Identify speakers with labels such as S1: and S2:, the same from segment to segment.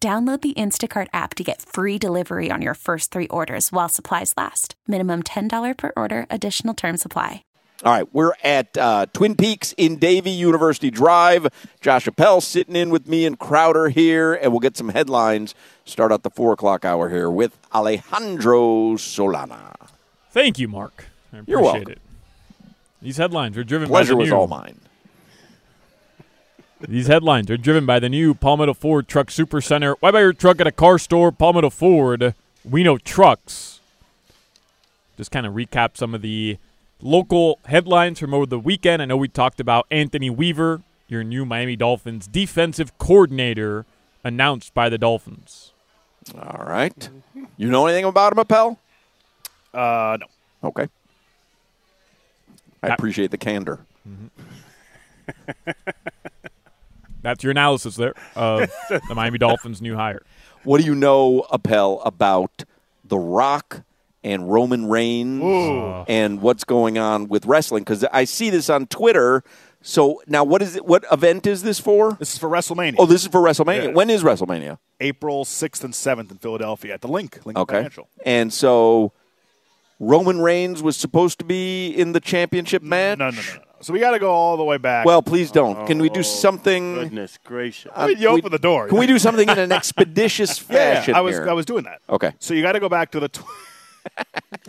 S1: Download the Instacart app to get free delivery on your first three orders while supplies last. Minimum $10 per order, additional term supply.
S2: All right, we're at uh, Twin Peaks in Davie University Drive. Josh Appel sitting in with me and Crowder here, and we'll get some headlines. Start out the four o'clock hour here with Alejandro Solana.
S3: Thank you, Mark. I appreciate
S2: You're welcome.
S3: it. These headlines are driven
S2: Pleasure
S3: by the
S2: was
S3: new,
S2: all mine.
S3: These headlines are driven by the new Palmetto Ford Truck Supercenter. Why buy your truck at a car store? Palmetto Ford. We know trucks. Just kind of recap some of the local headlines from over the weekend. I know we talked about Anthony Weaver, your new Miami Dolphins defensive coordinator, announced by the Dolphins.
S2: All right. You know anything about him, Appel?
S4: Uh, no.
S2: Okay. I appreciate the candor.
S3: That's your analysis there of the Miami Dolphins' new hire.
S2: What do you know, Appel, about The Rock and Roman Reigns and what's going on with wrestling? Because I see this on Twitter. So now, what is it? What event is this for?
S4: This is for WrestleMania.
S2: Oh, this is for WrestleMania.
S4: Yeah.
S2: When is WrestleMania?
S4: April 6th and 7th in Philadelphia at the Link, Link
S2: Okay.
S4: Financial.
S2: And so Roman Reigns was supposed to be in the championship match.
S4: No, Oh, no, no, no. no. So we got to go all the way back.
S2: Well, please don't. Can we do something?
S5: Goodness gracious.
S2: Uh,
S4: Wait, you
S2: we-
S4: open the door.
S2: Can we do something in an expeditious
S4: yeah,
S2: fashion?
S4: yeah, I was
S2: here?
S4: I was doing that.
S2: Okay.
S4: So you got to go back to the. Tw-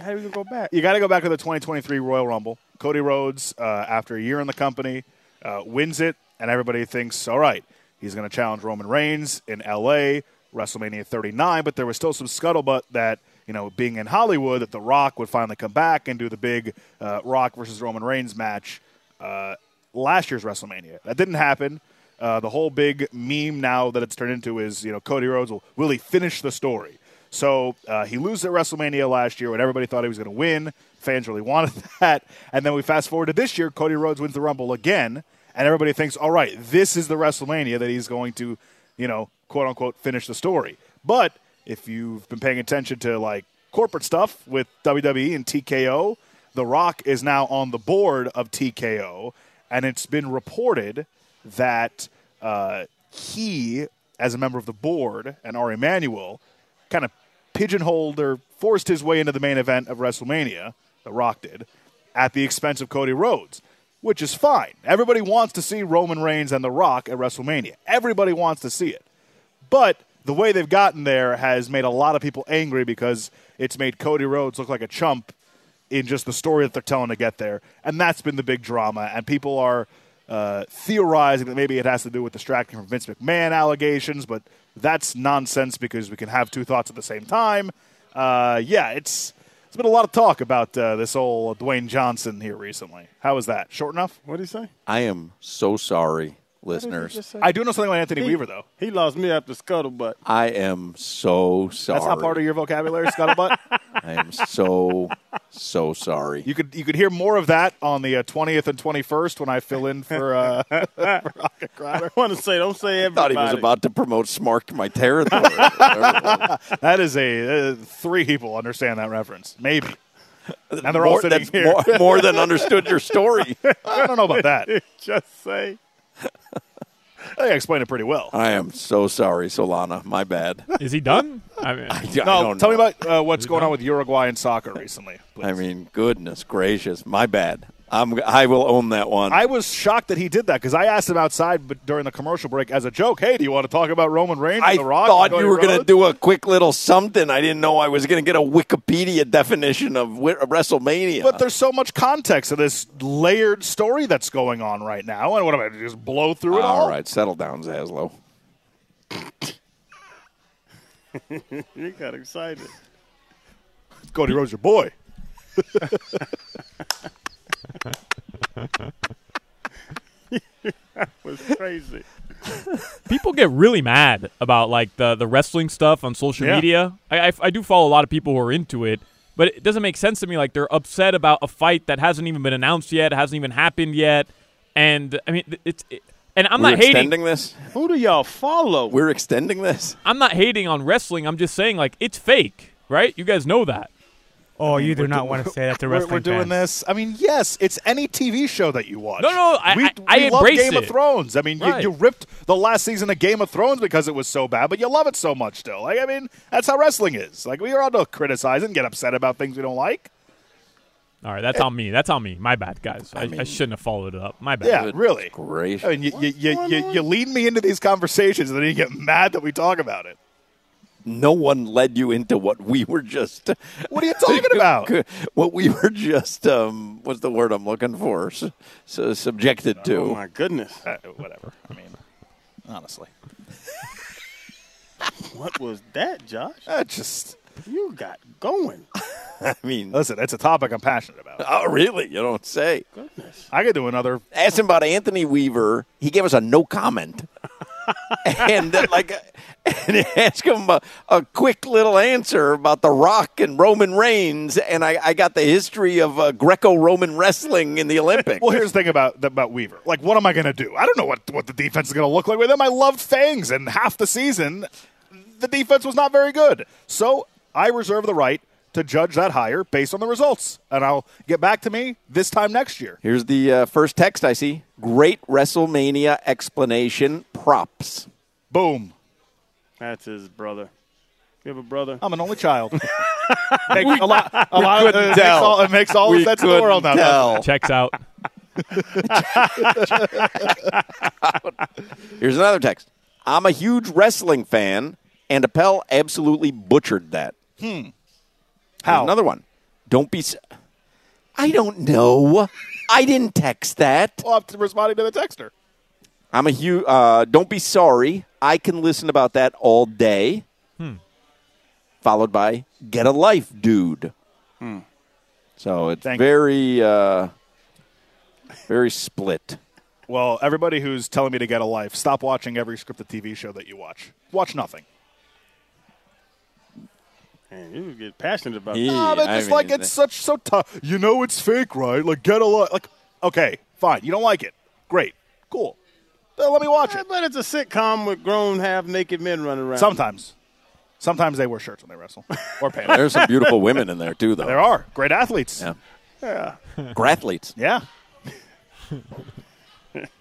S5: How do we go back?
S4: you got to go back to the 2023 Royal Rumble. Cody Rhodes, uh, after a year in the company, uh, wins it, and everybody thinks, all right, he's going to challenge Roman Reigns in L.A. WrestleMania 39. But there was still some scuttlebutt that you know, being in Hollywood, that The Rock would finally come back and do the big uh, Rock versus Roman Reigns match uh, last year's WrestleMania. That didn't happen. Uh, the whole big meme now that it's turned into is, you know, Cody Rhodes will will he finish the story? So uh, he loses at WrestleMania last year when everybody thought he was going to win. Fans really wanted that. And then we fast forward to this year, Cody Rhodes wins the Rumble again, and everybody thinks, all right, this is the WrestleMania that he's going to, you know, quote unquote, finish the story. But if you've been paying attention to like corporate stuff with WWE and TKO, The Rock is now on the board of TKO, and it's been reported that uh, he, as a member of the board, and Ari Emanuel, kind of pigeonholed or forced his way into the main event of WrestleMania, The Rock did, at the expense of Cody Rhodes, which is fine. Everybody wants to see Roman Reigns and The Rock at WrestleMania. Everybody wants to see it. But the way they've gotten there has made a lot of people angry because it's made Cody Rhodes look like a chump in just the story that they're telling to get there. And that's been the big drama. And people are uh, theorizing that maybe it has to do with distracting from Vince McMahon allegations, but that's nonsense because we can have two thoughts at the same time. Uh, yeah, it's. There's been a lot of talk about uh, this old Dwayne Johnson here recently. How was that? Short enough?
S5: What did he say?
S2: I am so sorry,
S5: What did he
S2: listeners.
S5: just say?
S4: I do know something about Anthony Weaver, though.
S5: He lost me after scuttlebutt.
S2: I am so sorry.
S4: That's not part of your vocabulary, Scuttlebutt.
S2: I am so so sorry.
S4: You could you could hear more of that on the uh, twentieth and twenty first when I fill in for. Uh,
S5: I want to say, don't say
S2: thought
S5: everybody.
S2: he was about to promote Smark to my territory. Whatever.
S4: that is a uh, three people understand that reference, maybe. And they're all
S2: more,
S4: sitting
S2: that's
S4: here.
S2: more, more than understood your story.
S4: I don't know about that. I
S5: Just say.
S4: think I explained it pretty well.
S2: I am so sorry, Solana. My bad.
S3: Is he done? I mean,
S2: I, I
S4: No,
S2: don't
S4: tell me
S2: know.
S4: about uh, what's going on with Uruguay and soccer recently. Please.
S2: I mean, goodness gracious, my bad. I'm, I will own that one.
S4: I was shocked that he did that because I asked him outside but during the commercial break as a joke, hey, do you want to talk about Roman Reigns
S2: I
S4: and The Rock?
S2: thought
S4: and
S2: you were going to
S4: Cody
S2: do a quick little something. I didn't know I was going to get a Wikipedia definition of wi- of WrestleMania.
S4: But there's so much context to this layered story that's going on right now. And what am I just blow through it all?
S2: all right, settle down, Zaslow.
S5: You got excited.
S4: Cody Rhodes, your boy.
S5: It was crazy.
S3: people get really mad about like the, the wrestling stuff on social
S4: Yeah.
S3: media. I, I, I do follow a lot of people who are into it, but it doesn't make sense to me. Like they're upset about a fight that hasn't even been announced yet, hasn't even happened yet, and I mean th- it's. It, and I'm
S2: we're
S3: not hating.
S2: extending this.
S5: Who do y'all follow?
S2: We're extending this.
S3: I'm not hating on wrestling. I'm just saying like it's fake, right? You guys know that.
S6: Oh, you do not want to say that to
S4: We're,
S6: wrestling
S4: we're doing
S6: fans.
S4: this. I mean, yes, it's any TV show that you watch.
S3: No, no, I-
S4: we,
S3: I- I
S4: we love
S3: embrace
S4: Game of
S3: it.
S4: Thrones. I mean,
S3: Right.
S4: you, you ripped the last season of Game of Thrones because it was so bad, but you love it so much still. Like, I mean, that's how wrestling is. Like, we are all to criticize and get upset about things we don't like.
S3: All right, that's
S4: Eh.
S3: on me. That's on me. My bad, guys. I, I, shouldn't have followed it up. My bad.
S4: Yeah, really.
S2: Gracious.
S4: I mean, you, you, you, you, you lead me into these conversations, and then you get mad that we talk about it.
S2: No one led you into what we were just.
S4: What are you talking about?
S2: What we were just. Um, what's the word I'm looking for? S- So subjected to.
S5: oh my goodness!
S4: Uh, whatever. I mean, honestly,
S5: What was that, Josh?
S4: that Uh, just
S5: You got going.
S2: I mean,
S4: listen. It's a topic I'm passionate about.
S2: oh really? You don't say.
S4: I could do another.
S2: asked him about Anthony Weaver. He gave us a no comment. and then, like, and asked him a, a quick little answer about The Rock and Roman Reigns, and I, I got the history of uh, Greco-Roman wrestling in the Olympics.
S4: Well, here's the thing about about Weaver. Like, what am I going to do? I don't know what what the defense is going to look like with him. I loved Fangs, and half the season, the defense was not very good. So I reserve the right to judge that hire based on the results, and I'll get back to me this time next year.
S2: Here's the uh, first text I see. Great WrestleMania explanation. Props.
S4: Boom.
S5: That's his brother. You have a brother?
S4: I'm an only child. makes a lot. A lot. Of, it, makes
S2: tell.
S4: all, it makes all the sense in the world now. doesn't
S2: tell.
S4: it?
S3: Checks out.
S2: Here's another text. I'm a huge wrestling fan, and Appel absolutely butchered that. Hmm.
S4: How?
S2: another one. Don't be. s I don't know. I didn't text that.
S4: Well, I'm responding to the texter.
S2: I'm a huge. Uh, don't be sorry. I can listen about that all day.
S4: Hmm.
S2: Followed by "Get a life, dude." Hmm. So it's
S4: Thank you.
S2: very, uh, very split.
S4: Well, everybody who's telling me to get a life, stop watching every scripted TV show that you watch. Watch nothing.
S5: Man, you get passionate about
S2: Yeah.
S5: that.
S4: Ah, that's
S2: I
S4: just like
S2: mean,
S4: it's such so tough. You know it's fake, right? Like get a life. Like okay, fine. You don't like it. Great, cool. Then let me watch it.
S5: Eh, But it's a sitcom with grown, half-naked men running around.
S4: Sometimes, sometimes they wear shirts when they wrestle or pants.
S2: There's some beautiful women in there too, though.
S4: there are great athletes.
S2: Yeah. Grathletes.
S4: Yeah.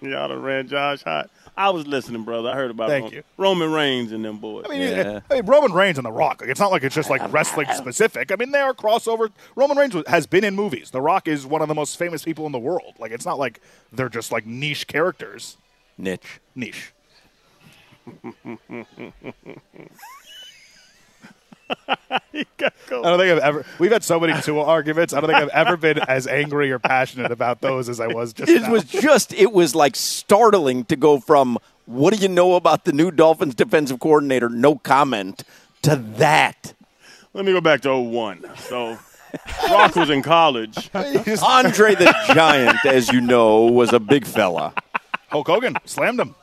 S5: Y'all done ran Josh hot. I was listening, brother. I heard about
S4: Thank
S5: Ro-
S4: you.
S5: Roman Reigns and them boys.
S4: I mean,
S2: Yeah.
S4: I mean, Roman Reigns and The Rock. Like, it's not like it's just like wrestling specific. I mean, they are crossover. Roman Reigns was- has been in movies. The Rock is one of the most famous people in the world. Like, it's not like they're just like niche characters.
S2: Niche.
S4: Niche. I don't think I've ever. We've had so many dual arguments. I don't think I've ever been as angry or passionate about those as I was just.
S2: It
S4: now.
S2: was just, it was like startling to go from what do you know about the new Dolphins defensive coordinator? No comment to that.
S5: Let me go back to 01. So, Rock was in college.
S2: Andre the Giant, as you know, was a big fella.
S4: Hulk Hogan slammed him.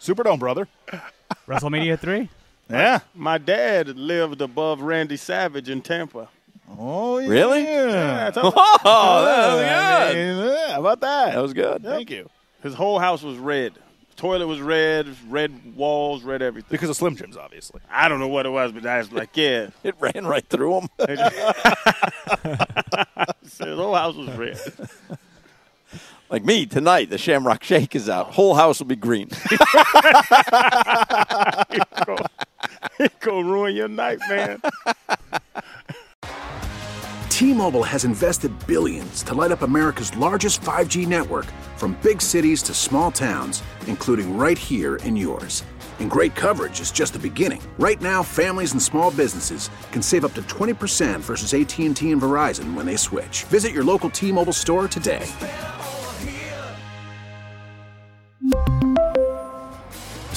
S4: Superdome, brother.
S6: WrestleMania three.
S4: Yeah.
S5: My dad lived above Randy Savage in
S4: Uh.
S5: Tampa.
S4: Oh, yeah.
S2: Really?
S4: Yeah.
S2: Oh, that was
S4: I
S2: good.
S4: mean, yeah, How about that?
S2: That was good.
S4: Thank you.
S5: His whole house was red. Toilet was red, red walls, red everything.
S4: Because of Slim Jims, obviously.
S5: I don't know what it was, but I was like, yeah.
S2: It ran right through him.
S5: So His whole house was red.
S2: Like me tonight, the Shamrock Shake is out. Whole house will be green.
S5: It gonna ruin your night, man.
S7: T-Mobile has invested billions to light up America's largest 5G network from big cities to small towns, including right here in yours. And great coverage is just the beginning. Right now, families and small businesses can save up to 20% versus AT&T and Verizon when they switch. Visit your local T-Mobile store today.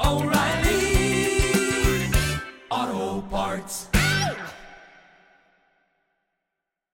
S8: oh, oh, O'Reilly Auto Parts.